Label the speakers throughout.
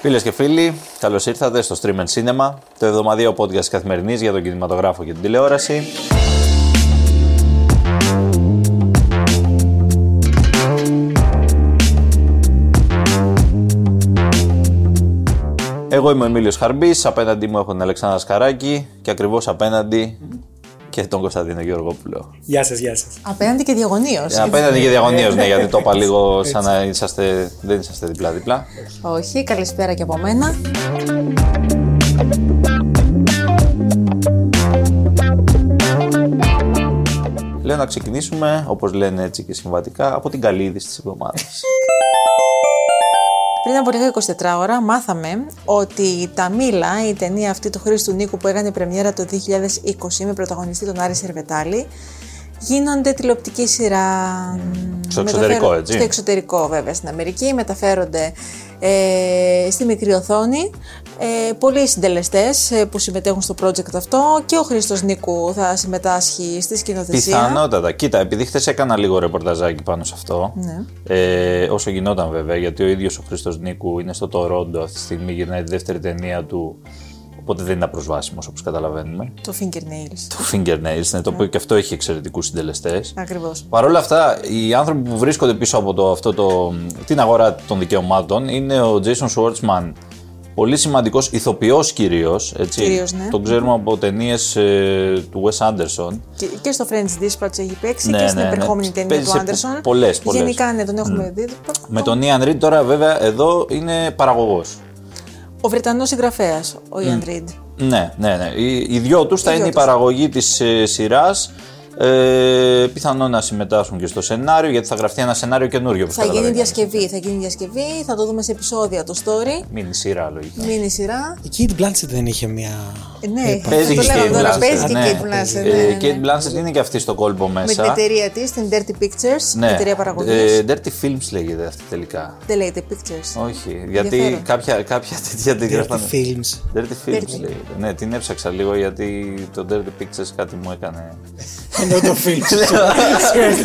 Speaker 1: Φίλες και φίλοι, καλώς ήρθατε στο Stream and Cinema, το εβδομαδιαίο podcast καθημερινής για τον κινηματογράφο και την τηλεόραση. Εγώ είμαι ο Εμίλιος Χαρμπής, απέναντί μου έχω τον Αλεξάνδρα Σκαράκη και ακριβώς απέναντι και τον Κωνσταντίνο Γεωργόπουλο.
Speaker 2: Γεια σας, γεια σας.
Speaker 3: Απέναντι και διαγωνίως.
Speaker 1: Ε, Απέναντι και διαγωνίως, ναι, γιατί το είπα λίγο σαν να είσαστε, δεν είσαστε διπλά-διπλά.
Speaker 3: Όχι, καλησπέρα και από μένα.
Speaker 1: Λέω να ξεκινήσουμε, όπως λένε έτσι και συμβατικά, από την καλή είδηση της εβδομάδας.
Speaker 3: Πριν από λίγα 24 ώρα μάθαμε ότι η Ταμίλα, η ταινία αυτή του Χρήστου Νίκου που έκανε πρεμιέρα το 2020 με πρωταγωνιστή τον Άρη Σερβετάλη, γίνονται τηλεοπτική σειρά.
Speaker 1: Στο
Speaker 3: Μεταφέρον-
Speaker 1: εξωτερικό, έτσι.
Speaker 3: Στο εξωτερικό βέβαια στην Αμερική, μεταφέρονται ε, στη μικρή οθόνη. Ε, πολλοί συντελεστές ε, που συμμετέχουν στο project αυτό και ο Χρήστος Νίκου θα συμμετάσχει στη σκηνοθεσία.
Speaker 1: Πιθανότατα. Κοίτα, επειδή χθες έκανα λίγο ρεπορταζάκι πάνω σε αυτό.
Speaker 3: Ναι.
Speaker 1: Ε, όσο γινόταν βέβαια, γιατί ο ίδιος ο Χρήστος Νίκου είναι στο Τορόντο αυτή τη στιγμή, γυρνάει τη δεύτερη ταινία του. Οπότε δεν είναι απροσβάσιμος όπως καταλαβαίνουμε.
Speaker 3: Το fingernails.
Speaker 1: Το Fingernails, ναι, το οποίο και αυτό έχει εξαιρετικούς συντελεστές.
Speaker 3: Ακριβώς.
Speaker 1: Παρ' όλα αυτά, οι άνθρωποι που βρίσκονται πίσω από το, αυτό το, την αγορά των δικαιωμάτων είναι ο Jason Schwartzman. Πολύ σημαντικός ηθοποιός κυρίως.
Speaker 3: Κυρίως, ναι.
Speaker 1: Τον ξέρουμε από ταινίες του Wes Anderson.
Speaker 3: Και, και στο French Dispatch έχει παίξει
Speaker 1: Ναι,
Speaker 3: και στην
Speaker 1: ναι, ναι.
Speaker 3: επερχόμενη ταινία
Speaker 1: Παίζει
Speaker 3: του
Speaker 1: σε
Speaker 3: Άντερσον.
Speaker 1: πολλές, πολλές.
Speaker 3: Γενικά, ναι, τον έχουμε δει.
Speaker 1: Με τον Ian Reed τώρα, βέβαια, εδώ είναι παραγωγός.
Speaker 3: Ο Βρετανός συγγραφέας, ο Ιαν Ριντ.
Speaker 1: Ναι, ναι, ναι. Οι, οι δυο τους θα
Speaker 3: δυο
Speaker 1: είναι η
Speaker 3: τους.
Speaker 1: παραγωγή της ε, σειράς. Ε, πιθανόν να συμμετάσχουν και στο σενάριο, γιατί θα γραφτεί ένα σενάριο καινούριο. όπως
Speaker 3: Θα γίνει
Speaker 1: καταλαβαίνετε.
Speaker 3: διασκευή, θα γίνει διασκευή, θα το δούμε σε επεισόδια το story.
Speaker 1: Μείνει σειρά, λογικά.
Speaker 3: Μείνει σειρά.
Speaker 2: Η Kate Blanchett δεν είχε μια.
Speaker 3: Ε, Ναι,
Speaker 1: Παίζει
Speaker 3: το
Speaker 1: και η
Speaker 3: λέγαμε
Speaker 1: Kate
Speaker 3: τώρα.
Speaker 1: Blanchett,
Speaker 3: Παίζει και η
Speaker 1: ναι.
Speaker 3: Kate Blanchett.
Speaker 1: Ε,
Speaker 3: ναι,
Speaker 1: η
Speaker 3: ναι.
Speaker 1: Kate Blanchett είναι και αυτή στο κόλπο
Speaker 3: Με την
Speaker 1: μέσα.
Speaker 3: εταιρεία της, την Dirty Pictures, την
Speaker 1: Ναι.
Speaker 3: εταιρεία παραγωγής.
Speaker 1: Ε, Dirty Films λέγεται αυτή τελικά.
Speaker 3: Δεν λέγεται Pictures.
Speaker 1: Όχι, γιατί
Speaker 3: Ενδιαφέρον.
Speaker 1: κάποια, κάποια τέτοια την
Speaker 2: Dirty
Speaker 1: γράφανε.
Speaker 2: Films.
Speaker 1: Dirty Films λέγεται. Ναι, την έψαξα λίγο γιατί το Dirty Pictures κάτι μου έκανε.
Speaker 2: Ενώ το Films.
Speaker 1: ε.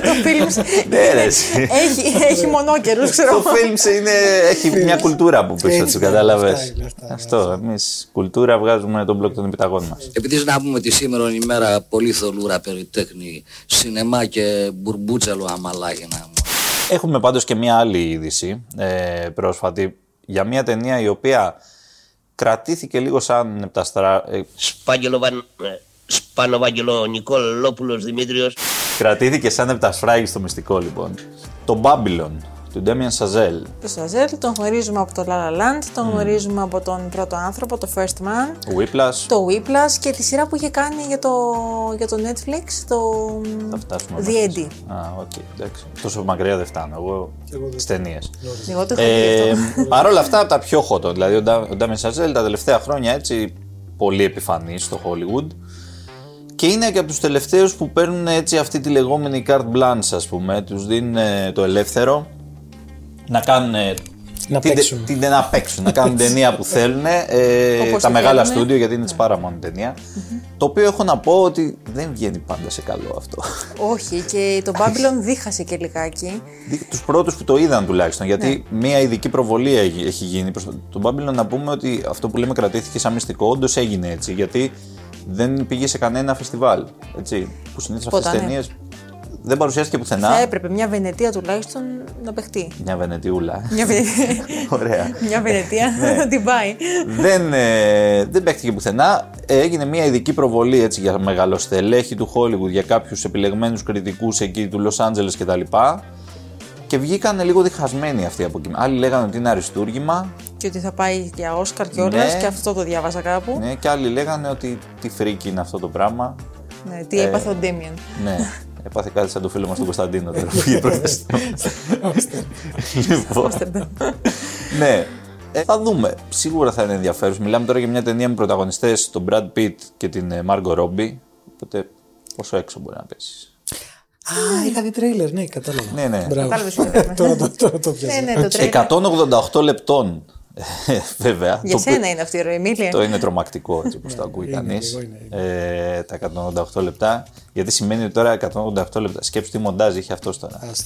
Speaker 3: το Films
Speaker 1: Ναι, ρε, εσύ.
Speaker 3: έχει, έχει μονόκερους, ξέρω.
Speaker 1: Το Films είναι, έχει μια κουλτούρα από πίσω
Speaker 2: Έτσι,
Speaker 1: του,
Speaker 2: ναι,
Speaker 1: κατάλαβες.
Speaker 2: αυτά είναι, αυτά είναι.
Speaker 1: Αυτό. Εμείς κουλτούρα βγάζουμε τον μπλοκ των επιταγών μας.
Speaker 4: Επειδή να πούμε ότι σήμερα είναι η μέρα πολύ θολούρα περί τέχνη, σινεμά και μπουρμπούτσαλο αμαλάγινα μου.
Speaker 1: Έχουμε πάντως και μία άλλη είδηση ε, πρόσφατη για μία ταινία η οποία κρατήθηκε λίγο σαν νεπταστρά... ε,
Speaker 5: Σπάγγελο Βαν... ε, Σπανοβάγγελο Νικολόπουλος Δημήτριος
Speaker 1: κρατήθηκε σαν νεπτασφράγη στο μυστικό λοιπόν. Το Babylon του Ντέμιαν Σαζέλ.
Speaker 3: Το Σαζέλ τον γνωρίζουμε από το La La Land, τον γνωρίζουμε από τον πρώτο άνθρωπο, το First Man.
Speaker 1: Whiplash.
Speaker 3: το Whiplash και τη σειρά που είχε κάνει για το, για το Netflix, το
Speaker 1: Θα φτάσουμε.
Speaker 3: The
Speaker 1: μέχρι.
Speaker 3: Eddy.
Speaker 1: Α, οκ, εντάξει. Τόσο μακριά δεν φτάνω. Εγώ στις ταινίες.
Speaker 3: Εγώ το είχα δει
Speaker 1: Ε,
Speaker 3: αυτό.
Speaker 1: Παρ' όλα αυτά, από τα πιο hot. Δηλαδή, ο Ντα- ο Ντάμιν Σαζέλ τα τελευταία χρόνια έτσι πολύ επιφανής στο Hollywood. Και είναι και από τους τελευταίους που παίρνουν έτσι αυτή τη λεγόμενη carte blanche, ας πούμε. Τους δίνουν ε, το ελεύθερο να κάνουν. ε,
Speaker 2: Να
Speaker 1: την τε-
Speaker 2: παίξουν.
Speaker 1: την- να παίξουν, να κάνουν ταινία που θέλουν. ε,
Speaker 3: Όπως
Speaker 1: τα
Speaker 3: το
Speaker 1: μεγάλα
Speaker 3: θέλουμε.
Speaker 1: στούντιο, γιατί είναι της Paramount ταινία. Το οποίο έχω να πω ότι δεν βγαίνει πάντα σε καλό αυτό.
Speaker 3: Όχι, και το Babylon δίχασε και λιγάκι.
Speaker 1: Τους πρώτους που το είδαν τουλάχιστον. Γιατί
Speaker 3: Ναι.
Speaker 1: μία ειδική προβολή έχει, έχει γίνει. Προς το- τον Babylon να πούμε ότι αυτό που λέμε κρατήθηκε σαν μυστικό, όντως έγινε έτσι. Γιατί δεν πήγε σε κανένα φεστιβάλ. Έτσι, που συνήθως αυτές τις
Speaker 3: Ποτά, ναι.
Speaker 1: ταινίες δεν παρουσιάστηκε πουθενά.
Speaker 3: Θα έπρεπε μια Βενετία τουλάχιστον να παιχτεί.
Speaker 1: Μια Βενετιούλα.
Speaker 3: Μια Βενετία,
Speaker 1: Ωραία.
Speaker 3: μια Βενετία
Speaker 1: Ναι.
Speaker 3: να την πάει.
Speaker 1: δεν, ε, δεν παίχτηκε πουθενά. Ε, Έγινε μια ειδική προβολή έτσι, για μεγαλοστελέχη του Hollywood, για κάποιους επιλεγμένους κριτικούς εκεί του Los Angeles κτλ. Και βγήκαν λίγο διχασμένοι αυτοί από εκεί. Άλλοι λέγανε ότι είναι αριστούργημα
Speaker 3: Και ότι θα πάει για Όσκαρ κιόλα
Speaker 1: Ναι.
Speaker 3: και αυτό το διάβασα κάπου.
Speaker 1: ναι, και άλλοι λέγανε ότι τι φρίκι είναι αυτό το πράγμα.
Speaker 3: Ναι,
Speaker 1: Ε.
Speaker 3: τι έπαθε ο Ντέμιαν.
Speaker 1: ναι, έπαθε κάτι σαν το φίλο μας τον Κωνσταντίνο τώρα που πήγε πρώτα στο- Λοιπόν. ναι. Ε, θα δούμε. Σίγουρα θα είναι ενδιαφέρουσα. Μιλάμε τώρα για μια ταινία με πρωταγωνιστές τον Brad Pitt και την ε, Margot Robbie. Οπότε πόσο έξω μπορεί να πέσεις.
Speaker 2: Α, είχα δει τρέιλερ, ναι, κατάλαβα.
Speaker 1: Ναι, ναι.
Speaker 2: Μπράβο.
Speaker 3: Κατάλαβες τι λέμε.
Speaker 2: Τώρα το- τώρα το
Speaker 3: Ναι,
Speaker 2: πιάσα.
Speaker 3: ναι, το τρένο.
Speaker 1: 188 λεπτών. Ε, Βέβαια.
Speaker 3: Για
Speaker 1: οποίο-
Speaker 3: σένα είναι αυτή η ροή, Εμίλια.
Speaker 1: Το είναι τρομακτικό έτσι όπως το ακούει
Speaker 2: Ναι, είναι,
Speaker 1: κανείς.
Speaker 2: λίγο είναι,
Speaker 1: Ε, τα 188 λεπτά. Γιατί σημαίνει ότι τώρα 188 λεπτά. Σκέψου τι μοντάζ είχε αυτός τώρα.
Speaker 2: Άστο.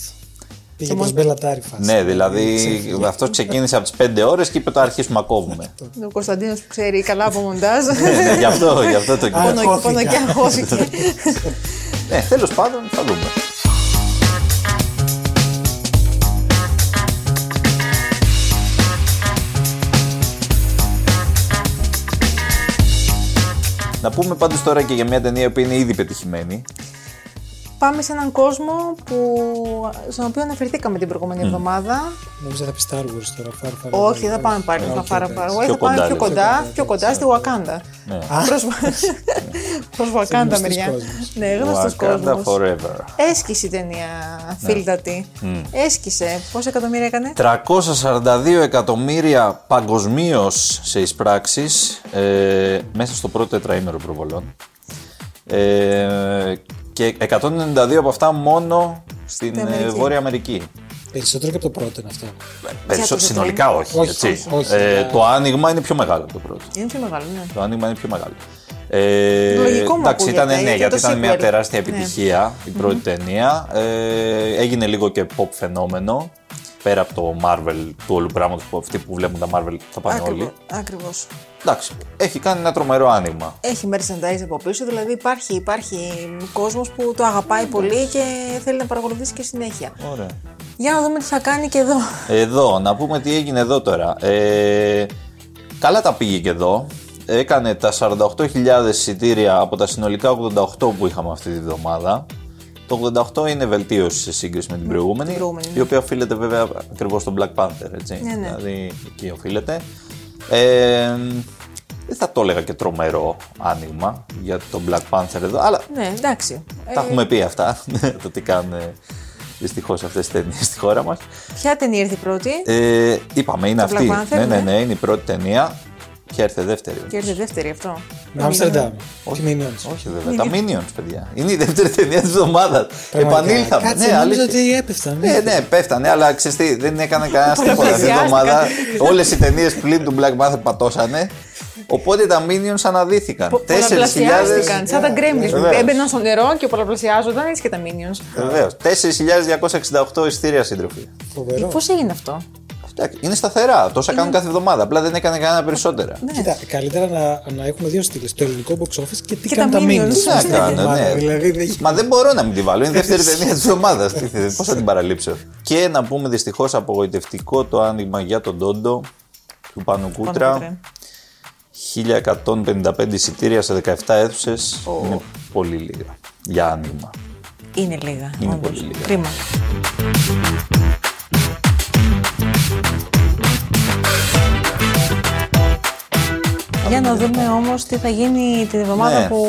Speaker 2: Πήγε προς μπελατάρι φάση.
Speaker 1: Ναι, δηλαδή αυτός ξεκίνησε από τις 5 ώρες και είπε: Το αρχίσουμε να κόβουμε.
Speaker 3: Ο Κωνσταντίνος που ξέρει καλά από μοντάζ.
Speaker 1: Ναι, ναι, γι' αυτό, γι αυτό το κοιτάω.
Speaker 2: Αγχώθηκα.
Speaker 3: Πόνο- Πόνο και αγχώθηκε.
Speaker 1: Ναι, τέλος πάντων θα δούμε. Να πούμε πάντως τώρα και για μια ταινία που είναι ήδη πετυχημένη.
Speaker 3: Πάμε σε έναν κόσμο που, στον οποίο αναφερθήκαμε την προηγούμενη εβδομάδα.
Speaker 2: Νομίζω θα πει Star Wars τώρα. Far, far
Speaker 3: Όχι,
Speaker 2: away.
Speaker 3: θα πάμε πάλι στα
Speaker 2: Όχι,
Speaker 3: Far
Speaker 2: εντάξει.
Speaker 3: Far Away.
Speaker 1: Πιο
Speaker 3: Θα πάμε
Speaker 1: κοντά,
Speaker 3: πιο
Speaker 1: λέει.
Speaker 3: κοντά, πιο κοντά στη Wakanda.
Speaker 1: Ναι.
Speaker 3: Προς- Προς Wakanda
Speaker 2: γνωστούς
Speaker 3: μεριά.
Speaker 2: κόσμους.
Speaker 3: Ναι, γνωστός
Speaker 1: Wakanda Ναι.
Speaker 3: κόσμος.
Speaker 1: Forever.
Speaker 3: Έσκησε η ταινία, φίλτατη. Έσκησε. Πόσα εκατομμύρια έκανε.
Speaker 1: 342 εκατομμύρια παγκοσμίως σε εισπράξεις ε, μέσα στο πρώτο τετραήμερο προβολών. Ε, και 192 από αυτά μόνο στην
Speaker 3: Στην
Speaker 1: ε,
Speaker 3: Αμερική.
Speaker 1: Βόρεια Αμερική.
Speaker 2: Περισσότερο και από το πρώτο είναι αυτό.
Speaker 1: Περισσό,
Speaker 3: το
Speaker 1: συνολικά όχι.
Speaker 2: Όχι,
Speaker 1: έτσι.
Speaker 2: όχι, όχι.
Speaker 1: ε, το άνοιγμα είναι πιο μεγάλο από το πρώτο.
Speaker 3: Είναι πιο μεγάλο, ναι.
Speaker 1: Το άνοιγμα είναι πιο μεγάλο. Ε,
Speaker 3: Λογικό μου
Speaker 1: εντάξει,
Speaker 3: ακούγεται,
Speaker 1: ήταν, ναι,
Speaker 3: γιατί
Speaker 1: γιατί
Speaker 3: το
Speaker 1: ήταν μια
Speaker 3: sequel.
Speaker 1: τεράστια
Speaker 3: Ναι.
Speaker 1: επιτυχία η πρωτη ταινία. Ε, έγινε λίγο και pop φαινόμενο. Πέρα από το Marvel του όλου πράγματος που αυτοί που βλέπουν τα Marvel θα πάνε όλοι.
Speaker 3: Ακριβώς.
Speaker 1: Εντάξει, έχει κάνει ένα τρομερό άνοιγμα.
Speaker 3: Έχει merchandise από πίσω, δηλαδή υπάρχει, υπάρχει κόσμος που το
Speaker 1: Ναι.
Speaker 3: αγαπάει πολύ και θέλει να παρακολουθήσει και συνέχεια.
Speaker 1: Ωραία.
Speaker 3: Για να δούμε τι θα κάνει και εδώ.
Speaker 1: Εδώ, να πούμε τι έγινε εδώ τώρα. Ε, καλά τα πήγε και εδώ. Έκανε τα 48.000 εισιτήρια από τα συνολικά 88 που είχαμε αυτή τη βδομάδα. Το 88 είναι βελτίωση σε σύγκριση με την προηγούμενη,
Speaker 3: προηγούμενη, ναι.
Speaker 1: η οποία οφείλεται βέβαια ακριβώς στον Black Panther, έτσι.
Speaker 3: Ναι, ναι.
Speaker 1: Δηλαδή εκεί οφείλεται. Ε, δεν θα το έλεγα και τρομερό άνοιγμα για τον Black Panther εδώ, αλλά
Speaker 3: Ναι, εντάξει.
Speaker 1: τα έχουμε πει αυτά, το τι κάνουν ε, δυστυχώς αυτές τις ταινίες στη χώρα μας.
Speaker 3: Ποια ταινία ήρθε η πρώτη
Speaker 1: Ε, είπαμε, είναι
Speaker 3: Το
Speaker 1: αυτή.
Speaker 3: Black Panther,
Speaker 1: ναι, ναι,
Speaker 3: ναι.
Speaker 1: ναι, είναι η πρώτη ταινία. Και έρθε δεύτερη.
Speaker 3: και ήρθε η δεύτερη αυτό.
Speaker 2: Με Άμστερνταμ. Όχι με
Speaker 1: Όχι, βέβαια. Τα Minions, παιδιά. Είναι η δεύτερη ταινία της εβδομάδας. Ε, Επανήλθαμε. Ναι,
Speaker 2: Κάτσε, νομίζω
Speaker 1: αλήθεια.
Speaker 2: ότι έπεφταν.
Speaker 1: Ναι, ναι, πέφτανε, αλλά ξέρεις τι, δεν έκανε κανένα τίποτα αυτή την
Speaker 3: Πολλαπλασιάστηκαν.
Speaker 1: εβδομάδα. Όλες οι ταινίες πλην του Black Panther πατώσανε. Οπότε τα Minions αναδύθηκαν. 4.000.
Speaker 3: Πολλαπλασιάστηκαν. Σαν τα Gremlins που
Speaker 1: ε, Βεβαίως.
Speaker 3: έμπαιναν στο νερό και πολλαπλασιάζονταν, έτσι και τα Minions.
Speaker 1: Βεβαίως. 4.268 εισιτήρια σύντροφοι.
Speaker 2: Φοβερό.
Speaker 3: Πώ Ε, έγινε αυτό.
Speaker 1: Εντάξει, Είναι σταθερά. Τόσα κάνουν κάθε εβδομάδα. Απλά δεν έκανε κανένα περισσότερα.
Speaker 2: Κοίτα, καλύτερα να, να έχουμε δύο στήλες. Το ελληνικό box office και τι
Speaker 3: Και
Speaker 2: κάνουν
Speaker 3: τα
Speaker 2: τα
Speaker 3: Minions.
Speaker 2: Minions.
Speaker 1: Τι να
Speaker 2: στην
Speaker 1: κάνω,
Speaker 2: εβδομάδα.
Speaker 1: ναι.
Speaker 2: Δηλαδή δεν έχει.
Speaker 1: Μα δεν μπορώ να μην τη βάλω. Είναι η δεύτερη ταινία της εβδομάδα. Πώς θα την παραλείψω. Και να πούμε δυστυχώς απογοητευτικό το άνοιγμα για τον Τόντο του Πάνου Κούτρα. 1155 εισιτήρια σε 17 αίθουσε. Είναι πολύ λίγα για άνοιγμα.
Speaker 3: Είναι λίγα.
Speaker 1: Είναι
Speaker 3: όντως.
Speaker 1: πολύ λίγα.
Speaker 3: Κρίμα. Για να δούμε όμως τι θα γίνει την εβδομάδα
Speaker 1: Ναι.
Speaker 3: που.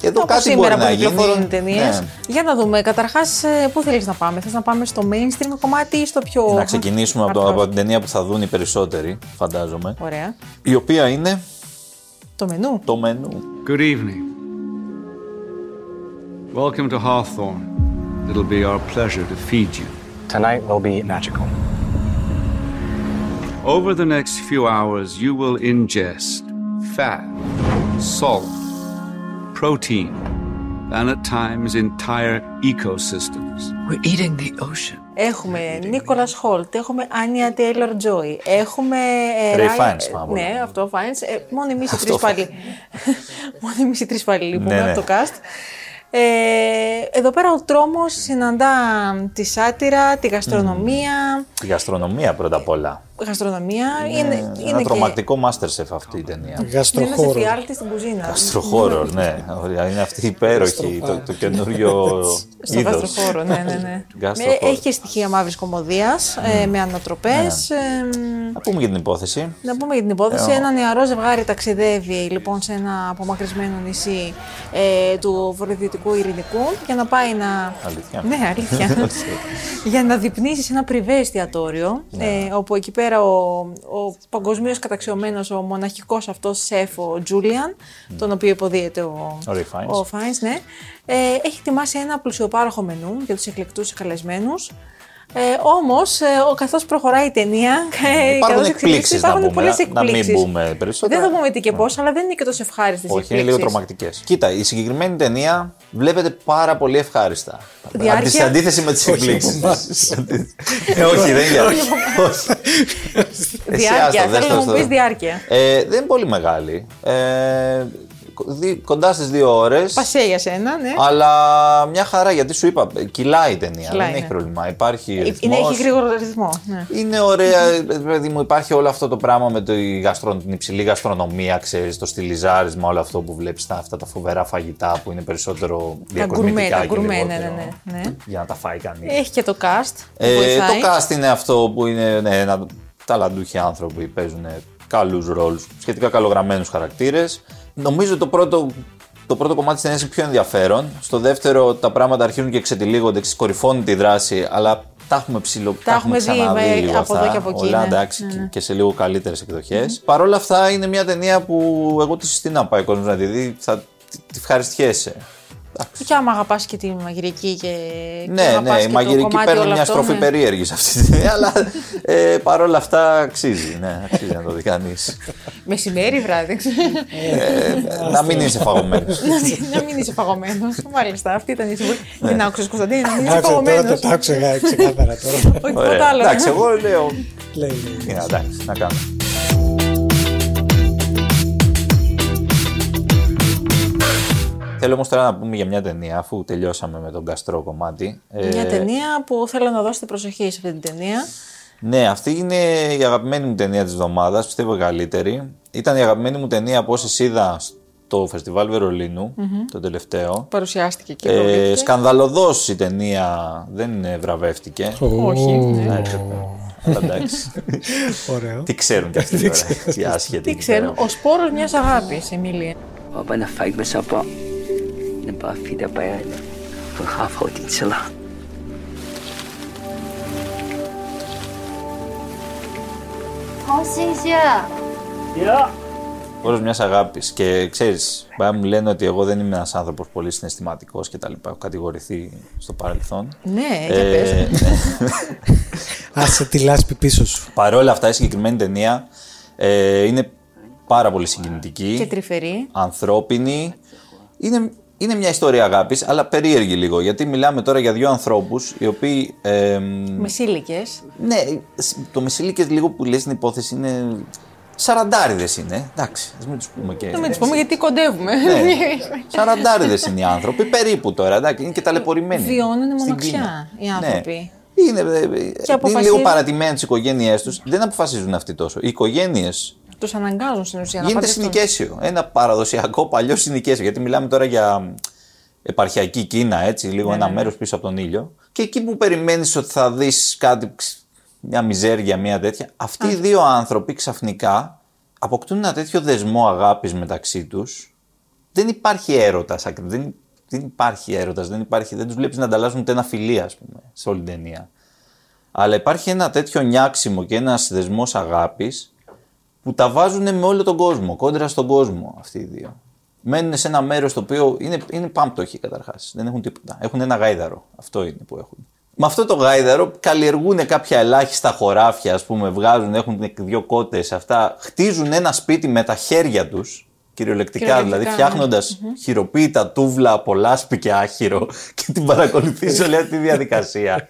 Speaker 1: Και εδώ
Speaker 3: από
Speaker 1: κάτι
Speaker 3: σήμερα
Speaker 1: μπορεί
Speaker 3: που
Speaker 1: να
Speaker 3: κυκλοφορούν
Speaker 1: γίνει.
Speaker 3: οι ταινίες.
Speaker 1: Ναι.
Speaker 3: Για να δούμε, καταρχάς, πού θέλεις να πάμε. Θες να πάμε στο mainstream κομμάτι ή στο πιο.
Speaker 1: Ε, Να ξεκινήσουμε από, το-
Speaker 3: hardcore?
Speaker 1: από την ταινία που θα δουν οι περισσότεροι, φαντάζομαι.
Speaker 3: Ωραία.
Speaker 1: Η οποία είναι
Speaker 3: Το μενού.
Speaker 1: το μενού.
Speaker 6: Good evening. Welcome to Hawthorne. It'll be our pleasure to feed you.
Speaker 7: Tonight will be magical.
Speaker 6: Over the next few hours, you will ingest fat, salt, protein, and at times entire ecosystems.
Speaker 8: We're eating the ocean.
Speaker 3: Έχουμε Νίκολα Χόλτ, έχουμε Άνια Τέιλορ Τζόι, έχουμε. ε,
Speaker 1: Ray
Speaker 3: Ryan-
Speaker 1: Fiennes, πάνω απ' όλα.
Speaker 3: Ναι, αυτό Φάιντ. Μόνο εμείς οι
Speaker 1: Αυτό
Speaker 3: τρεις πάλι. Μόνο εμείς οι τρεις πάλι λείπουμε
Speaker 1: Ναι, ναι.
Speaker 3: από το cast. Ε, εδώ πέρα ο τρόμος συναντά τη σάτυρα, τη γαστρονομία.
Speaker 1: Τη γαστρονομία πρώτα απ' όλα.
Speaker 3: Γαστρονομία είναι, είναι
Speaker 1: Ναι, Ένα
Speaker 3: και-
Speaker 1: τρομακτικό masterchef αυτή η ταινία.
Speaker 3: Είναι ένας
Speaker 2: Γαστροχώρο.
Speaker 3: εφιάλτης στην κουζίνα.
Speaker 1: Γαστροχώρος, ναι. Ωραία, Είναι αυτή η υπέροχη, το, το καινούριο
Speaker 3: Στο
Speaker 1: είδος.
Speaker 3: γαστροχώρο, ναι, ναι, ναι.
Speaker 1: Γαστροχώρος.
Speaker 3: Με- Έχει και στοιχεία μαύρης κομμωδίας, ε, με ανατροπές.
Speaker 1: Ναι.
Speaker 3: ε,
Speaker 1: Να πούμε για την υπόθεση.
Speaker 3: Να πούμε για την υπόθεση.
Speaker 1: Ε, ο-
Speaker 3: Ένα νεαρό ζευγάρι ταξιδεύει λοιπόν σε ένα απομακρυσμένο νησί ε, του βορειοδυτικού Ειρηνικού για να πάει να.
Speaker 1: Αλήθεια.
Speaker 3: Ναι, αλήθεια. για να δειπνήσει σε ένα πριβέ εστιατόριο.
Speaker 1: Ναι.
Speaker 3: Ε, όπου εκεί πέρα ο, ο παγκοσμίως καταξιωμένος, ο μοναχικός αυτός σεφ, ο Τζούλιαν, τον οποίο υποδίεται ο,
Speaker 1: Ο Ray Fiennes.
Speaker 3: ο Φάινς, ναι. Ε, έχει ετοιμάσει ένα πλουσιοπάροχο μενού για τους εκλεκτούς καλεσμένους. Ε, Όμως, ε, καθώς προχωράει η ταινία. ε,
Speaker 1: Υπάρχουν εκπλήξει
Speaker 3: καθώς εξελίσσεται,
Speaker 1: να
Speaker 3: υπάρχουν
Speaker 1: πούμε.
Speaker 3: πολλές
Speaker 1: να- Να μην
Speaker 3: εκπλήξεις.
Speaker 1: πούμε περισσότερα.
Speaker 3: Δεν θα πούμε τι και πώς, αλλά δεν είναι και τόσο ευχάριστες
Speaker 1: Όχι, είναι λίγο τρομακτικές. Κοίτα, η συγκεκριμένη ταινία βλέπετε πάρα πολύ ευχάριστα.
Speaker 3: Διάρκεια.
Speaker 1: Αντι- Σε αντίθεση με τις εκπλήξει.
Speaker 2: από
Speaker 1: Ε, Όχι, δεν διάρκεια. Όχι. Εσύ
Speaker 3: Διάρκεια.
Speaker 1: άστο, δες το
Speaker 3: Θέλω να μου
Speaker 1: στο-
Speaker 3: πει διάρκεια.
Speaker 1: Ε, δεν είναι πολύ μεγάλη. Ε, κο- δι- κοντά στις δύο ώρες.
Speaker 3: Πασέ για σένα, ναι.
Speaker 1: Αλλά μια χαρά γιατί σου είπα, ε, κυλάει η ταινία.
Speaker 3: Κυλάει,
Speaker 1: δεν έχει
Speaker 3: ναι.
Speaker 1: πρόβλημα. Υπάρχει.
Speaker 3: Ε, Είναι,
Speaker 1: ρυθμός.
Speaker 3: έχει γρήγορο ρυθμό. Ναι.
Speaker 1: Είναι ωραία, ε, δηλαδή μου υπάρχει όλο αυτό το πράγμα με τη γαστρο... την υψηλή γαστρονομία, ξέρεις, το στυλιζάρισμα, όλο αυτό που βλέπεις, τα, αυτά τα φοβερά φαγητά που είναι περισσότερο
Speaker 3: Τα γκουρμέ,
Speaker 1: διακοσμητικά
Speaker 3: τα
Speaker 1: και
Speaker 3: γκουρμέ, ναι,
Speaker 1: λιγότερο
Speaker 3: ναι, ναι.
Speaker 1: για να τα φάει κανείς.
Speaker 3: Έχει και το cast. που
Speaker 1: Ε,
Speaker 3: βοηθάει.
Speaker 1: το cast είναι αυτό που είναι ναι, ένα, ταλαντούχοι άνθρωποι, παίζουν καλούς ρόλους, σχετικά καλογραμμένους χαρακτήρες. Νομίζω το πρώτο, το πρώτο κομμάτι της ταινίας είναι πιο ενδιαφέρον. Στο δεύτερο τα πράγματα αρχίζουν και ξετυλίγονται, ξεσκορυφώνεται η δράση, αλλά τα έχουμε ψηλο...
Speaker 3: Τα έχουμε δει με-
Speaker 1: λίγο
Speaker 3: από εδώ και από εκεί,
Speaker 1: Όλα
Speaker 3: ναι.
Speaker 1: εντάξει και- και σε λίγο καλύτερες εκδοχές. Παρ' όλα αυτά είναι μια ταινία που εγώ τη συστήνω να πάει ο κόσμος να τη δει, θα τη- τη ευχαριστιέσαι.
Speaker 3: Και άμα αγαπάς και τη μαγειρική και. και
Speaker 1: Ναι,
Speaker 3: αγαπάς
Speaker 1: ναι,
Speaker 3: και
Speaker 1: η
Speaker 3: το
Speaker 1: μαγειρική
Speaker 3: κομμάτι
Speaker 1: παίρνει
Speaker 3: όλο
Speaker 1: μια
Speaker 3: αυτό,
Speaker 1: στροφή
Speaker 3: ναι.
Speaker 1: περίεργης σε αυτή τη ταινία, αλλά ε, παρόλα αυτά αξίζει. Ναι, αξίζει να το δει κανείς.
Speaker 3: Μεσημέρι, βράδυ. Ναι,
Speaker 1: να μην είσαι φαγωμένος.
Speaker 3: Να μην- να μην είσαι παγωμένο. Μάλιστα, αυτή ήταν η συμβουλή. Την άκουσε, Κωνσταντίνη, να μην είσαι
Speaker 2: Άκουσα, τώρα
Speaker 3: παγωμένο.
Speaker 2: το- το άκουσα ε, ξεκάθαρα τώρα.
Speaker 3: Όχι τίποτα άλλο. ναι.
Speaker 1: Εντάξει, εγώ λέω.
Speaker 2: Λέει, λέει.
Speaker 1: Είναι εντάξει, να κάνω. Θέλω όμως τώρα να πούμε για μια ταινία, αφού τελειώσαμε με τον καστρό κομμάτι. Ε,
Speaker 3: Μια ταινία που θέλω να δώσετε προσοχή σε αυτή την ταινία.
Speaker 1: Ναι, αυτή είναι η αγαπημένη μου ταινία της εβδομάδας, πιστεύω η καλύτερη. Ήταν η αγαπημένη μου ταινία από όσες είδα στο Φεστιβάλ Βερολίνου, το τελευταίο.
Speaker 3: Παρουσιάστηκε και
Speaker 1: Ε,
Speaker 3: προβλήθηκε.
Speaker 1: σκανδαλωδώς η ταινία δεν ε, βραβεύτηκε.
Speaker 3: Όχι. ναι.
Speaker 1: Αλλά εντάξει.
Speaker 2: Ωραίο.
Speaker 1: Τι ξέρουν κι αυτοί τώρα. Τι άσχετοι.
Speaker 3: Τι
Speaker 1: εκεί
Speaker 3: ξέρω,
Speaker 1: πέρα.
Speaker 3: ο σπόρος μιας αγάπης, Εμίλια.
Speaker 8: Opa na fag mas apa na ba fida pa yan. Paghafotin sila.
Speaker 1: Όρος μιας αγάπης. Και ξέρεις, πάει να μου λένε ότι εγώ δεν είμαι ένας άνθρωπος πολύ συναισθηματικός και τα λοιπά. Έχω κατηγορηθεί στο παρελθόν. Ε,
Speaker 3: Ναι, για πες.
Speaker 2: Άσε τη λάσπη πίσω σου.
Speaker 1: Παρ' όλα αυτά, η συγκεκριμένη ταινία ε, είναι πάρα πολύ συγκινητική.
Speaker 3: Και τρυφερή.
Speaker 1: ανθρώπινη. Είναι, είναι μια ιστορία αγάπης, αλλά περίεργη λίγο. Γιατί μιλάμε τώρα για δύο ανθρώπους οι οποίοι. εμ,
Speaker 3: Μεσήλικε.
Speaker 1: ναι, σ- το Μεσήλικες λίγο που λες την υπόθεση είναι. Σαραντάριδες είναι. Εντάξει, ας μην τους πούμε και.
Speaker 3: Να μην τους πούμε γιατί κοντεύουμε.
Speaker 1: Ναι. Σαραντάριδες είναι οι άνθρωποι, περίπου τώρα. Εντάξει, είναι και ταλαιπωρημένοι.
Speaker 3: Βιώνουν
Speaker 1: στην
Speaker 3: μοναξιά
Speaker 1: Κίνα. Ναι.
Speaker 3: οι άνθρωποι.
Speaker 1: Είναι, ε, ε, είναι λίγο
Speaker 3: αποφασίζουν-
Speaker 1: παρατημένοι τι οικογένειές τους. Δεν αποφασίζουν αυτοί τόσο. Οι οικογένειες
Speaker 3: Τους αναγκάζουν στην ουσία να
Speaker 1: Γίνεται
Speaker 3: παντρευτούν.
Speaker 1: συνοικέσιο. Ένα παραδοσιακό παλιό συνοικέσιο. Γιατί μιλάμε τώρα για επαρχιακή Κίνα, έτσι, λίγο ένα μέρος μέρος πίσω από τον ήλιο. Και εκεί που περιμένεις ότι θα δεις κάτι, ξ, μια μιζέρια, μια τέτοια. Αυτοί οι δύο άνθρωποι ξαφνικά αποκτούν ένα τέτοιο δεσμό αγάπης μεταξύ τους. Δεν υπάρχει έρωτας. σαν- Δεν, δεν υπάρχει έρωτας. Δεν, υπάρχει, δεν τους βλέπεις να ανταλλάσσουν ούτε ένα φιλί, ας πούμε, σε όλη την ταινία. Αλλά υπάρχει ένα τέτοιο νιάξιμο και ένας δεσμός αγάπης που τα βάζουν με όλο τον κόσμο, κόντρα στον κόσμο αυτοί οι δύο. Μένουν σε ένα μέρος το οποίο είναι, είναι πάμπτωχοι καταρχάς. Δεν έχουν τίποτα. Έχουν ένα γάιδαρο. Αυτό είναι που έχουν. Με αυτό το γάιδαρο καλλιεργούν κάποια ελάχιστα χωράφια, ας πούμε, βγάζουν, έχουν δύο κότες αυτά. Χτίζουν ένα σπίτι με τα χέρια τους. Κυριολεκτικά,
Speaker 3: Κυριολεκτικά,
Speaker 1: δηλαδή,
Speaker 3: ναι.
Speaker 1: φτιάχνοντας χειροποίητα τούβλα από λάσπη και άχυρο και την παρακολουθείς σε όλη αυτή τη διαδικασία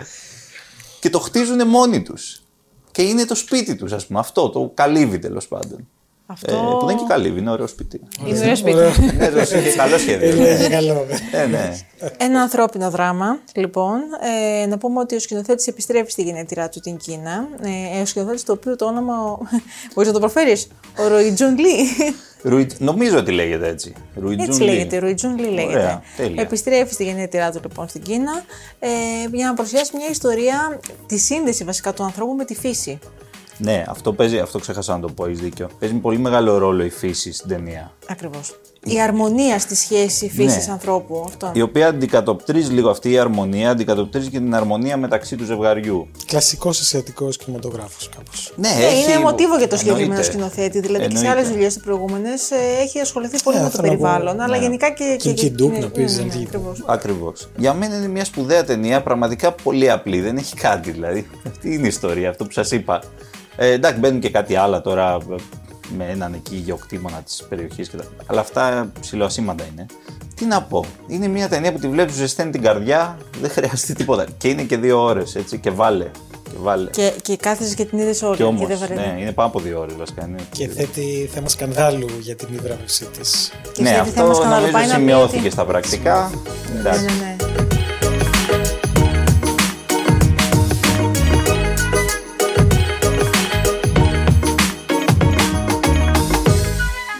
Speaker 1: και το χτίζουν μόνοι τους. Και είναι το σπίτι τους, ας πούμε, αυτό, το καλύβι τέλος πάντων.
Speaker 3: Αυτό.
Speaker 1: Ε, που δεν είναι και καλύβι, είναι ωραίο σπίτι.
Speaker 3: Είναι ωραίο σπίτι.
Speaker 1: ναι, ρε, είναι καλό σχέδιο.
Speaker 2: Είναι Ε, καλό.
Speaker 1: ναι, ναι.
Speaker 3: Ένα ανθρώπινο δράμα, λοιπόν. Ε, να πούμε ότι ο σκηνοθέτης επιστρέφει στη γενέτειρά του την Κίνα. Ε, ο σκηνοθέτης, το οποίο το όνομα. Μπορείς να το προφέρεις. Ο Ροϊτζουν Λί.
Speaker 1: Ρουι- Νομίζω ότι λέγεται έτσι. Ρουιτζουν
Speaker 3: Έτσι
Speaker 1: Λι.
Speaker 3: λέγεται, Ροϊτζουν Λί λέγεται.
Speaker 1: Ωραία, τέλεια.
Speaker 3: Επιστρέφει στη γενέτειρά του λοιπόν στην Κίνα ε, για να παρουσιάσει μια ιστορία τη σύνδεση βασικά του ανθρώπου με τη φύση.
Speaker 1: Ναι, αυτό, παίζει, αυτό ξέχασα να το πω, έχεις δίκιο. Παίζει πολύ μεγάλο ρόλο η φύση στην ταινία.
Speaker 3: Ακριβώς. η αρμονία στη σχέση φύσης ανθρώπου. Αυτό.
Speaker 1: η οποία αντικατοπτρίζει λίγο αυτή η αρμονία, αντικατοπτρίζει και την αρμονία μεταξύ του ζευγαριού.
Speaker 2: Κλασικός ασιατικός κινηματογράφος κάπως.
Speaker 1: Ναι,
Speaker 3: Ναι, είναι μοτίβο για
Speaker 1: Εννοείται.
Speaker 3: το συγκεκριμένο σκηνοθέτη. Δηλαδή και σε άλλε
Speaker 1: Εννοείται.
Speaker 3: δουλειέ του προηγούμενες ε, έχει ασχοληθεί πολύ
Speaker 2: Ναι,
Speaker 3: με το
Speaker 2: θέλω να πω,
Speaker 3: περιβάλλον. Αλλά
Speaker 1: ναι.
Speaker 3: γενικά και.
Speaker 2: Και εκεί ντουπ να πεις, δηλαδή.
Speaker 3: ναι,
Speaker 2: δεν
Speaker 3: ναι,
Speaker 2: βγήκε.
Speaker 3: ακριβώς.
Speaker 1: Ακριβώς. Για μένα είναι μια σπουδαία ταινία, πραγματικά πολύ απλή. Δεν έχει κάτι δηλαδή. Αυτή είναι η ιστορία, αυτό που σας είπα. Ε, εντάξει, μπαίνουν και κάτι άλλα τώρα ε, με έναν εκεί γεωκτήμονα της περιοχής κτλ. Αλλά αυτά ψηλοασήμαντα είναι. Τι να πω. Είναι μια ταινία που τη βλέπεις, ζεσταίνει την καρδιά, δεν χρειάζεται τίποτα. Και είναι και δύο ώρες, έτσι. Και βάλε. Και βάλε. Και,
Speaker 3: Και, και κάθεσαι και την είδες όλη.
Speaker 1: όμως.
Speaker 3: δεν βαραίνει.
Speaker 1: Ναι, είναι πάνω από δύο ώρες βασικά. Είναι...
Speaker 2: Και θέτει θέμα σκανδάλου για την ύδραυσή της.
Speaker 3: Και
Speaker 1: ναι,
Speaker 3: θέλει θέμα
Speaker 1: αυτό
Speaker 3: σκανδαλοπάει
Speaker 1: νομίζω
Speaker 3: να πει
Speaker 1: σημειώθηκε
Speaker 3: ότι-
Speaker 1: στα πρακτικά.
Speaker 3: Ναι,
Speaker 1: Εντάξει.
Speaker 3: ναι, ναι.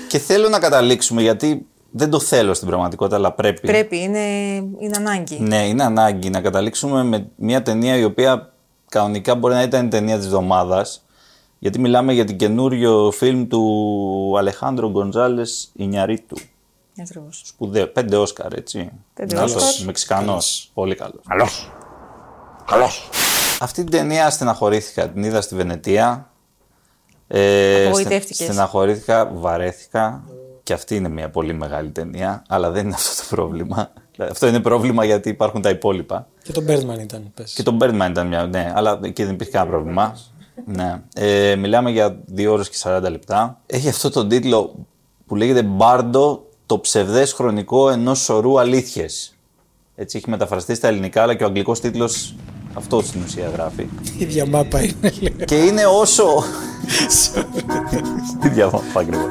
Speaker 1: Και θέλω να καταλήξουμε γιατί δεν το θέλω στην πραγματικότητα, αλλά
Speaker 3: Πρέπει, είναι, είναι ανάγκη.
Speaker 1: Ναι, είναι ανάγκη να καταλήξουμε με μια ταινία η οποία κανονικά μπορεί να ήταν η ταινία της εβδομάδας. Γιατί μιλάμε για την καινούριο φιλμ του Αλεχάνδρο Γκονζάλες Ινιαρίτου. Ναι.
Speaker 3: Ακριβώς.
Speaker 1: Σπουδαίο. Πέντε Όσκαρ, έτσι.
Speaker 3: Πέντε
Speaker 1: Καλός,
Speaker 3: Όσκαρ.
Speaker 1: Μεξικανός. Πολύ καλός.
Speaker 7: Καλός. Καλός.
Speaker 1: Αυτή την ταινία στεναχωρήθηκα. Την είδα στη Βενετία. Ε,
Speaker 3: Απογοητεύτηκες.
Speaker 1: στε- Στεναχωρήθηκα, βαρέθηκα. Και αυτή είναι μια πολύ μεγάλη ταινία, αλλά δεν είναι αυτό το πρόβλημα. Δηλαδή, αυτό είναι πρόβλημα γιατί υπάρχουν τα υπόλοιπα.
Speaker 2: Και τον Birdman ήταν, πες.
Speaker 1: Και το Birdman ήταν μια. Ναι, αλλά εκεί δεν υπήρχε κανένα πρόβλημα. ναι. Ε, μιλάμε για 2 ώρες και 40 λεπτά. Έχει αυτό τον τίτλο που λέγεται Μπάρντο, το ψευδές χρονικό ενός σωρού αλήθειες. Έτσι έχει μεταφραστεί στα ελληνικά, αλλά και ο αγγλικός τίτλος αυτό στην ουσία γράφει.
Speaker 2: Η ίδια μάπα είναι. λέει.
Speaker 1: και είναι όσο. Τι διαβάζω ακριβώ.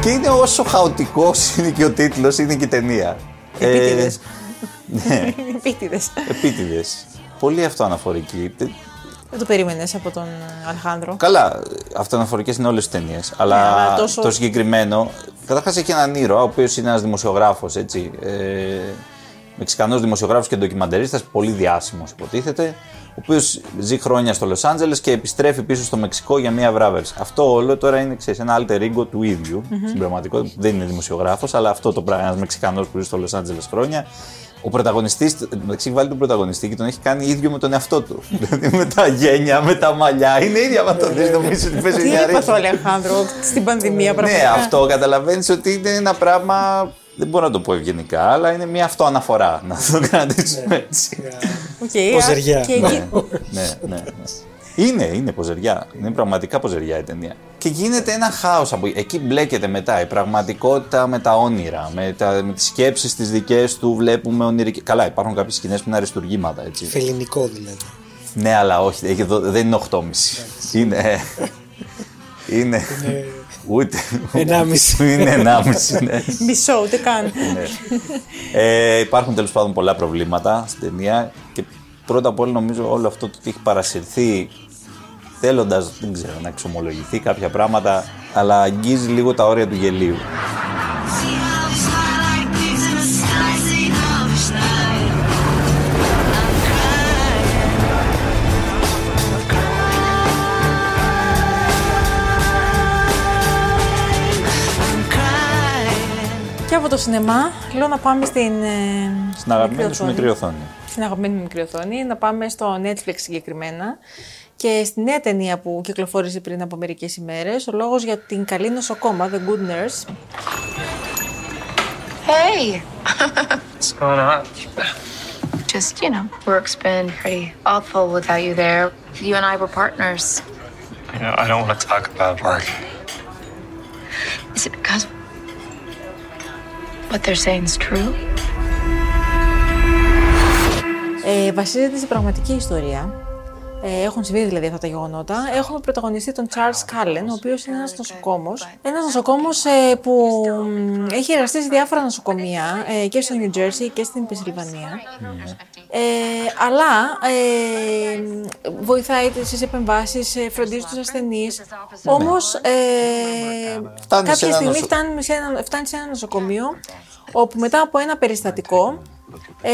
Speaker 1: Και είναι όσο χαοτικός είναι και ο τίτλος, είναι και η ταινία. Ε,
Speaker 3: Επίτηδες.
Speaker 1: ναι,
Speaker 3: Είναι επίτηδες.
Speaker 1: επίτηδες. Πολύ αυτοαναφορική.
Speaker 3: Δεν το περίμενες από τον ε, Αλχάνδρο.
Speaker 1: Καλά, αυτοαναφορικές είναι όλες τι ταινίες. Αλλά
Speaker 3: Ναι, αλλά τόσο-
Speaker 1: το συγκεκριμένο. Καταρχάς έχει έναν ήρωα, ο οποίος είναι ένας δημοσιογράφος, έτσι. Ε, Μεξικανός δημοσιογράφος και ντοκιμαντερίστας, πολύ διάσημος υποτίθεται. Ο οποίος ζει χρόνια στο Λο Άντζελε και επιστρέφει πίσω στο Μεξικό για μία βράβευση. Αυτό όλο τώρα είναι ξέρεις, ένα alter ego του ιδιου Στην πραγματικότητα δεν είναι δημοσιογράφος, αλλά αυτό το πράγμα. Ένας Μεξικανός που ζει στο Λο Άντζελε χρόνια. Ο πρωταγωνιστής, μεταξύ έχει βάλει τον πρωταγωνιστή και τον έχει κάνει ίδιο με τον εαυτό του. δηλαδή με τα γένια, με τα μαλλιά. Είναι ίδια με τον Δεν νομίζεις ότι παίζει
Speaker 3: Τι
Speaker 1: μια
Speaker 3: έπαθε ο
Speaker 1: ρίζα.
Speaker 3: Αλεχάνδρο στην πανδημία,
Speaker 1: Δηλαδή- Ναι,
Speaker 3: πραγματικά.
Speaker 1: αυτό καταλαβαίνεις ότι είναι ένα πράγμα. Δεν μπορώ να το πω ευγενικά, αλλά είναι μια αυτοαναφορά. Να το κρατήσουμε έτσι.
Speaker 3: Οκ,
Speaker 2: Ποζεριά.
Speaker 3: Και εκεί
Speaker 1: ναι, ναι, ναι. Είναι, είναι ποζεριά. Είναι πραγματικά ποζεριά η ταινία. Και γίνεται ένα χάος από εκεί. Μπλέκεται μετά η πραγματικότητα με τα όνειρα, με, τα, με τις σκέψεις τις δικές του. Βλέπουμε ονειρική. Καλά, υπάρχουν κάποιες σκηνές που είναι αριστούργήματα, έτσι.
Speaker 2: Φελληνικό δηλαδή.
Speaker 1: Ναι, αλλά όχι, έχει δο- δεν είναι 8,5. Είναι. είναι. Ούτε.
Speaker 2: Ενάμιση.
Speaker 1: είναι 1,5. ναι.
Speaker 3: μισό, ούτε καν.
Speaker 1: Ε, υπάρχουν τέλος πάντων πολλά προβλήματα στην ταινία και πρώτα απ' όλα νομίζω όλο αυτό το ότι έχει παρασυρθεί θέλοντας, δεν ξέρω, να εξομολογηθεί κάποια πράγματα, αλλά αγγίζει λίγο τα όρια του γελίου.
Speaker 3: Και από το σινεμά, λέω να πάμε στην. ε,
Speaker 1: Στην αγαπημένη σου
Speaker 3: μικροοθόνη.
Speaker 1: μικρή οθόνη.
Speaker 3: Στην αγαπημένη μου μικρή οθόνη, να πάμε στο Netflix συγκεκριμένα και στη νέα ταινία που κυκλοφόρησε πριν από μερικές ημέρες. Ο λόγος για την καλή νοσοκόμα, The Good Nurse.
Speaker 9: Hey!
Speaker 7: What's going on?
Speaker 9: Just, you know, work's been pretty awful without you there. You and I were partners.
Speaker 7: You know, I don't want to talk about work.
Speaker 9: Is it because what they're saying is true?
Speaker 3: Ε, βασίζεται σε πραγματική ιστορία. Ε, έχουν συμβεί δηλαδή αυτά τα γεγονότα. Έχουμε πρωταγωνιστή τον Charles Cullen, ο οποίος είναι ένας νοσοκόμος. Ένας νοσοκόμος που ε, μ, έχει εργαστεί σε διάφορα νοσοκομεία ε, και στο New Jersey και στην Πενσιλβανία. Ε, αλλά ε, βοηθάει στις επεμβάσεις, ε, φροντίζει τους ασθενείς. Όμως ε,
Speaker 1: Φτάνει σε
Speaker 3: κάποια
Speaker 1: ένα
Speaker 3: στιγμή
Speaker 1: νοσο-
Speaker 3: φτάνει σε, ένα, φτάνει σε ένα νοσοκομείο όπου μετά από ένα περιστατικό ε,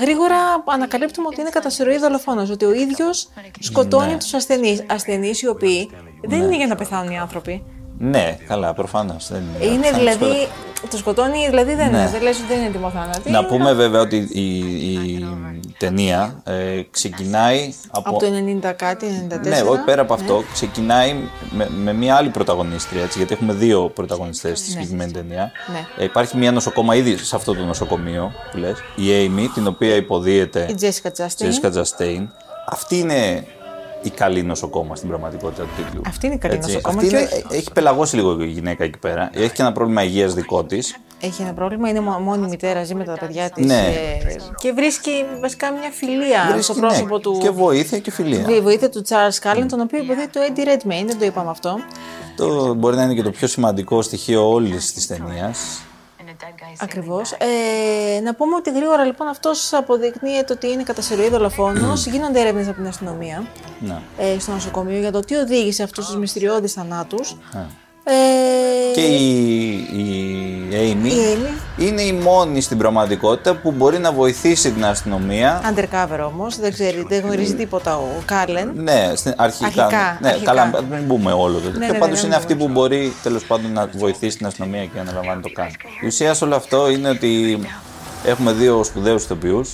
Speaker 3: γρήγορα ανακαλύπτουμε ότι είναι κατά συρροή δολοφόνος, ότι ο ίδιος σκοτώνει
Speaker 1: Ναι.
Speaker 3: τους ασθενείς. Ασθενείς οι οποίοι δεν είναι για να πεθάνουν οι άνθρωποι.
Speaker 1: Ναι, καλά, προφανώς.
Speaker 3: Είναι δηλαδή, το σκοτώνει, δηλαδή δεν,
Speaker 1: Ναι.
Speaker 3: είναι, δεν λες ότι δεν είναι τιμοθάνατη.
Speaker 1: Να πούμε βέβαια ότι η, η ταινία ε, ξεκινάει από.
Speaker 3: Από το 90 κάτι, 94.
Speaker 1: ναι, όχι πέρα από αυτό, ξεκινάει με, με μια άλλη πρωταγωνίστρια, έτσι, γιατί έχουμε δύο πρωταγωνιστές στη συγκεκριμένη ταινία.
Speaker 3: Ναι.
Speaker 1: Ε, υπάρχει μια νοσοκόμα ήδη σε αυτό το νοσοκομείο που λες, η Amy, την οποία υποδίεται
Speaker 3: Η Τζέσικα Τζάστιν.
Speaker 1: Τζέσικα Τζαστέιν. Αυτή είναι η καλή νοσοκόμα στην πραγματικότητα του τίτλου.
Speaker 3: Αυτή είναι η καλή
Speaker 1: Έτσι,
Speaker 3: νοσοκόμα
Speaker 1: Αυτή
Speaker 3: και Ναι.
Speaker 1: είναι- ε, έχει πελαγώσει λίγο η γυναίκα εκεί πέρα. Έχει και ένα πρόβλημα υγείας δικό της.
Speaker 3: Έχει ένα πρόβλημα, είναι μο- μόνη μητέρα, ζει με τα παιδιά της.
Speaker 1: Ναι.
Speaker 3: και βρίσκει βασικά μια φιλία στο πρόσωπο του.
Speaker 1: Και βοήθεια και φιλία.
Speaker 3: Τη βοήθεια του Charles Κάλλιν, τον οποίο υποθέτει το Eddie Redmayne, δεν το είπαμε αυτό.
Speaker 1: Το μπορεί να είναι και το πιο σημαντικό στοιχείο όλης της ταινίας.
Speaker 3: Ακριβώς. Ε, να πούμε ότι γρήγορα λοιπόν αυτός αποδεικνύεται ότι είναι κατά συρροή δολοφόνος. Γίνονται έρευνες από την αστυνομία
Speaker 1: Ναι.
Speaker 3: ε, στο νοσοκομείο για το τι οδήγησε αυτούς τους μυστηριώδεις θανάτους.
Speaker 1: Ε.
Speaker 3: Ε,
Speaker 1: Και η, η Amy,
Speaker 3: Amy.
Speaker 1: είναι η μόνη στην πραγματικότητα που μπορεί να βοηθήσει την αστυνομία.
Speaker 3: Undercover όμως, δεν, ξέρει, δεν γνωρίζει τίποτα ο Κάλλεν.
Speaker 1: Ναι, στην- αρχικά.
Speaker 3: Αρχικά,
Speaker 1: ναι,
Speaker 3: αρχικά.
Speaker 1: καλά, μην πούμε όλο το τέτοιο.
Speaker 3: ναι, ναι,
Speaker 1: Πάντως
Speaker 3: ναι,
Speaker 1: είναι
Speaker 3: ναι,
Speaker 1: αυτή που μπορεί τέλος πάντων να βοηθήσει την αστυνομία και να αναλαμβάνει το κάνει. Η ουσία σε όλο αυτό είναι ότι έχουμε δύο σπουδαίους ηθοποιούς,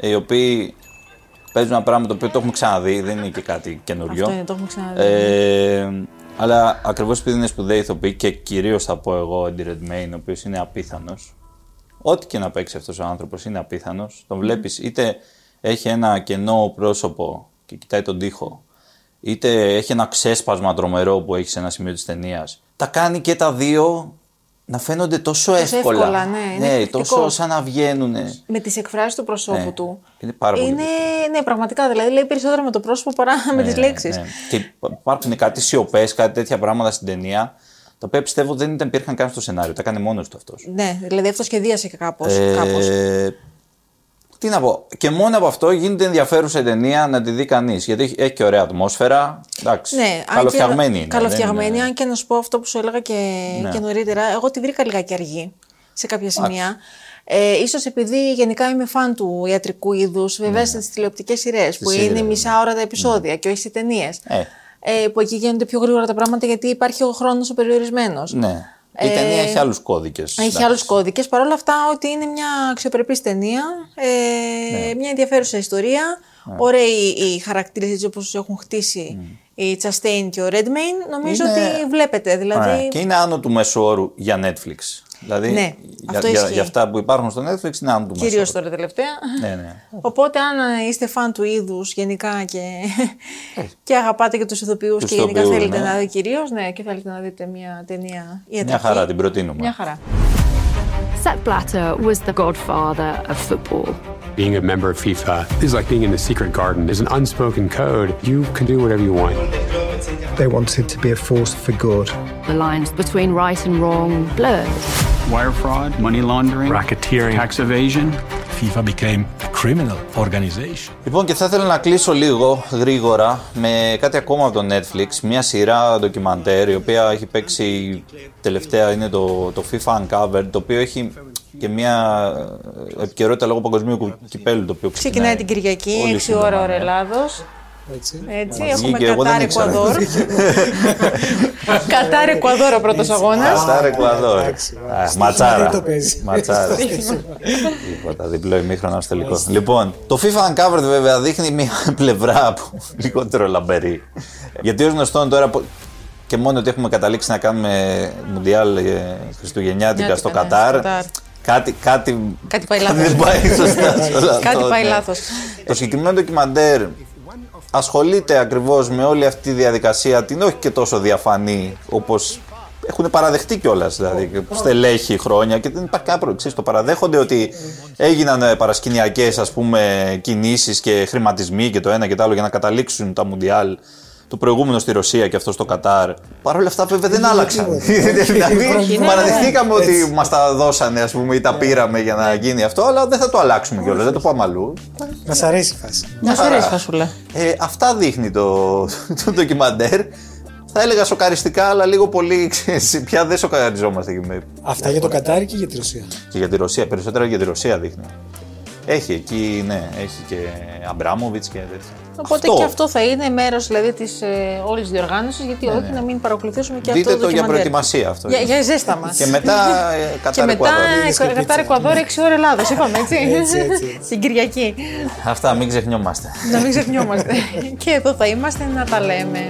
Speaker 1: οι οποίοι παίζουν ένα πράγμα το οποίο το έχουμε ξαναδεί, δεν είναι και κάτι καινούριο.
Speaker 3: Αυτό είναι, το έχουμε ξαναδεί.
Speaker 1: Ε, αλλά ακριβώς επειδή είναι σπουδαίοι ηθοποιοί και κυρίως θα πω εγώ ο Eddie Redmayne, ο οποίος είναι απίθανος. Ό,τι και να παίξει αυτός ο άνθρωπος είναι απίθανος. Τον βλέπεις είτε έχει ένα κενό πρόσωπο και κοιτάει τον τοίχο, είτε έχει ένα ξέσπασμα τρομερό που έχει σε ένα σημείο της ταινίας. Τα κάνει και τα δύο να φαίνονται τόσο, εύκολα.
Speaker 3: εύκολα, ναι, είναι
Speaker 1: τόσο
Speaker 3: εκπληκτικός.
Speaker 1: σαν να βγαίνουν.
Speaker 3: με τις εκφράσεις του προσώπου
Speaker 1: Ναι.
Speaker 3: του.
Speaker 1: Είναι πάρα πολύ
Speaker 3: Είναι, ναι, πραγματικά. Δηλαδή λέει περισσότερα με το πρόσωπο παρά με τι λέξεις.
Speaker 1: Ναι. Και υπά- υπάρχουν κάτι σιωπές, κάτι τέτοια πράγματα στην ταινία, τα οποία πιστεύω δεν ήταν, υπήρχαν καν στο σενάριο. Τα κάνει μόνος του αυτός.
Speaker 3: Ναι, δηλαδή αυτό σχεδίασε και κάπως.
Speaker 1: Ε,
Speaker 3: κάπως.
Speaker 1: τι να πω. Και μόνο από αυτό γίνεται ενδιαφέρουσα η ταινία να τη δει κανείς. Γιατί έχει, έχει και ωραία ατμόσφαιρα. Εντάξει.
Speaker 3: Ναι, αν
Speaker 1: καλοφτιαγμένη
Speaker 3: και,
Speaker 1: είναι. δεν
Speaker 3: Καλοφτιαγμένη,
Speaker 1: είναι-
Speaker 3: αν και να σου πω αυτό που σου έλεγα και,
Speaker 1: Ναι.
Speaker 3: και νωρίτερα, εγώ τη βρήκα λιγάκι αργή σε κάποια σημεία. Ε, ίσως επειδή γενικά είμαι φαν του ιατρικού είδους, βέβαια στις τηλεοπτικές σειρές που
Speaker 1: Ναι. σειρές,
Speaker 3: είναι
Speaker 1: ναι.
Speaker 3: μισά ώρα τα επεισόδια και όχι σε ταινίες.
Speaker 1: Ε.
Speaker 3: Ε, που εκεί γίνονται πιο γρήγορα τα πράγματα γιατί υπάρχει ο χρόνος ο περιορισμένος.
Speaker 1: Ναι. Η ταινία έχει άλλους κώδικες.
Speaker 3: Ε, Έχει άλλους κώδικες. Παρ' όλα αυτά, ότι είναι μια αξιοπρεπής ταινία, ε,
Speaker 1: Ναι.
Speaker 3: μια ενδιαφέρουσα ιστορία. Ωραίοι οι χαρακτήρες έτσι όπως έχουν χτίσει η Τσαστέιν και ο Ρέντμεϊν. Νομίζω
Speaker 1: Mm. Είναι- ναι,
Speaker 3: ότι βλέπετε. Δηλαδή.
Speaker 1: Και είναι άνω του μέσου όρου για Netflix. Δηλαδή
Speaker 3: Ναι,
Speaker 1: για,
Speaker 3: αυτό
Speaker 1: για,
Speaker 3: ισχύει.
Speaker 1: για αυτά που υπάρχουν στο Netflix είναι άνω του μέσου
Speaker 3: Κυρίω
Speaker 1: όρου.
Speaker 3: τώρα τελευταία.
Speaker 1: Ναι, ναι.
Speaker 3: Οπότε, αν ε, είστε φαν του είδους γενικά και, και αγαπάτε και τους ηθοποιούς
Speaker 1: Ε. Τους
Speaker 3: και γενικά
Speaker 1: ηθοποιούς,
Speaker 3: θέλετε
Speaker 1: ναι.
Speaker 3: να δείτε κυρίως, ναι, και θέλετε να δείτε μια ταινία ιατρική.
Speaker 1: Μια χαρά την προτείνουμε.
Speaker 3: Μια χαρά.
Speaker 9: Sepp Blatter was the godfather of football.
Speaker 7: Being a member of FIFA is like being in the secret garden. There's an unspoken code. You can do whatever you want.
Speaker 10: They wanted to be a force for good.
Speaker 9: The lines between right and wrong blurred.
Speaker 6: Wire fraud, money laundering,
Speaker 7: Racketeering.
Speaker 6: tax evasion.
Speaker 7: FIFA became a criminal organization.
Speaker 1: Λοιπόν, και θα ήθελα να κλείσω λίγο γρήγορα με κάτι ακόμα από το Netflix. Μια σειρά ντοκιμαντέρ η οποία έχει παίξει τελευταία είναι το, το FIFA Uncovered, το οποίο έχει και μια ε, επικαιρότητα λόγω παγκοσμίου κου- κυπέλου. Το οποίο
Speaker 3: Ξεκινάει την
Speaker 1: όλη η
Speaker 3: Κυριακή, 6
Speaker 1: Ναι. σύντομα,
Speaker 3: ώρα ώρα
Speaker 1: ναι.
Speaker 3: Ελλάδος.
Speaker 2: Έτσι.
Speaker 3: Έτσι,
Speaker 1: Μας
Speaker 3: έχουμε
Speaker 1: βγήκε, εγώ δεν
Speaker 3: Κατάρ
Speaker 1: ήξερα.
Speaker 3: Εκουαδόρ. Κατάρ Εκουαδόρ ο πρώτος αγώνας.
Speaker 1: Κατάρ Εκουαδόρ.
Speaker 2: εντάξει,
Speaker 1: Α, Ματσάρα.
Speaker 2: το παίζει.
Speaker 1: Ματσάρα. Τίποτα, διπλό ημίχρονο στο τελικό. Λοιπόν, το FIFA Uncovered βέβαια δείχνει μια πλευρά που λιγότερο λαμπερή. Γιατί ως γνωστόν τώρα που- και μόνο ότι έχουμε καταλήξει να κάνουμε Μουντιάλ ε, Χριστουγεννιάτικα στο
Speaker 3: Χριστουγεννιάτικα, ναι,
Speaker 1: Κατάρ.
Speaker 3: στο Κατάρ.
Speaker 1: Κάτι, κάτι,
Speaker 3: Κάτι πάει λάθος.
Speaker 1: δεν πάει σωστά σε όλο
Speaker 3: Κάτι
Speaker 1: αυτό,
Speaker 3: πάει
Speaker 1: ναι.
Speaker 3: λάθος.
Speaker 1: Το συγκεκριμένο ντοκιμαντέρ ασχολείται ακριβώς με όλη αυτή τη διαδικασία, την όχι και τόσο διαφανή όπως έχουν παραδεχτεί κιόλας, δηλαδή και στελέχη χρόνια και δεν υπάρχει κάποιο εξή. Το παραδέχονται ότι έγιναν ε, παρασκηνιακές ας πούμε κινήσεις και χρηματισμοί και το ένα και το άλλο για να καταλήξουν τα Μουντιάλ το προηγούμενο στη Ρωσία και αυτό στο Κατάρ. Παρ' όλα αυτά, βέβαια, δεν
Speaker 2: Ναι,
Speaker 1: άλλαξαν.
Speaker 2: ναι, ναι.
Speaker 1: Δηλαδή,
Speaker 2: Όχι, ναι,
Speaker 1: παραδεχτήκαμε
Speaker 2: ναι, ναι.
Speaker 1: ότι
Speaker 2: Έτσι.
Speaker 1: μας τα δώσανε ας πούμε, ή τα πήραμε για να γίνει αυτό, αλλά δεν θα το αλλάξουμε κιόλας. Δεν το πάμε αλλού.
Speaker 2: Μας αρέσει η φάση.
Speaker 3: Να σου αρέσει, Φασούλα.
Speaker 1: Ε, αυτά δείχνει το, το ντοκιμαντέρ. Θα έλεγα σοκαριστικά, αλλά λίγο πολύ. Ξέρεις, πια δεν σοκαριζόμαστε και, με,
Speaker 2: Αυτά για το Κατάρι και για τη Ρωσία.
Speaker 1: και για τη Ρωσία. Περισσότερα για τη Ρωσία δείχνει. Έχει εκεί, ναι, έχει και Αμπράμοβιτ και τέτοια.
Speaker 3: Οπότε και αυτό θα είναι μέρος δηλαδή, της ε, όλης διοργάνωση,
Speaker 2: Ναι,
Speaker 3: γιατί όχι να μην παρακολουθήσουμε και
Speaker 1: Δείτε
Speaker 3: αυτό
Speaker 1: το για
Speaker 3: ντοκιμαντέρ.
Speaker 1: προετοιμασία αυτό.
Speaker 3: Για, για ζέστα μας.
Speaker 1: Και μετά ε,
Speaker 3: Και
Speaker 1: Κατάρ
Speaker 3: μετά
Speaker 1: Εκουαδόρ.
Speaker 2: και πίτσα.
Speaker 3: Κατάρ Εκουαδόρ 6 ώρα Ελλάδα. Είπαμε έτσι.
Speaker 2: Έτσι, έτσι, έτσι.
Speaker 3: Την Κυριακή.
Speaker 1: Αυτά μην ξεχνιόμαστε.
Speaker 3: να μην ξεχνιόμαστε. και εδώ θα είμαστε να τα λέμε.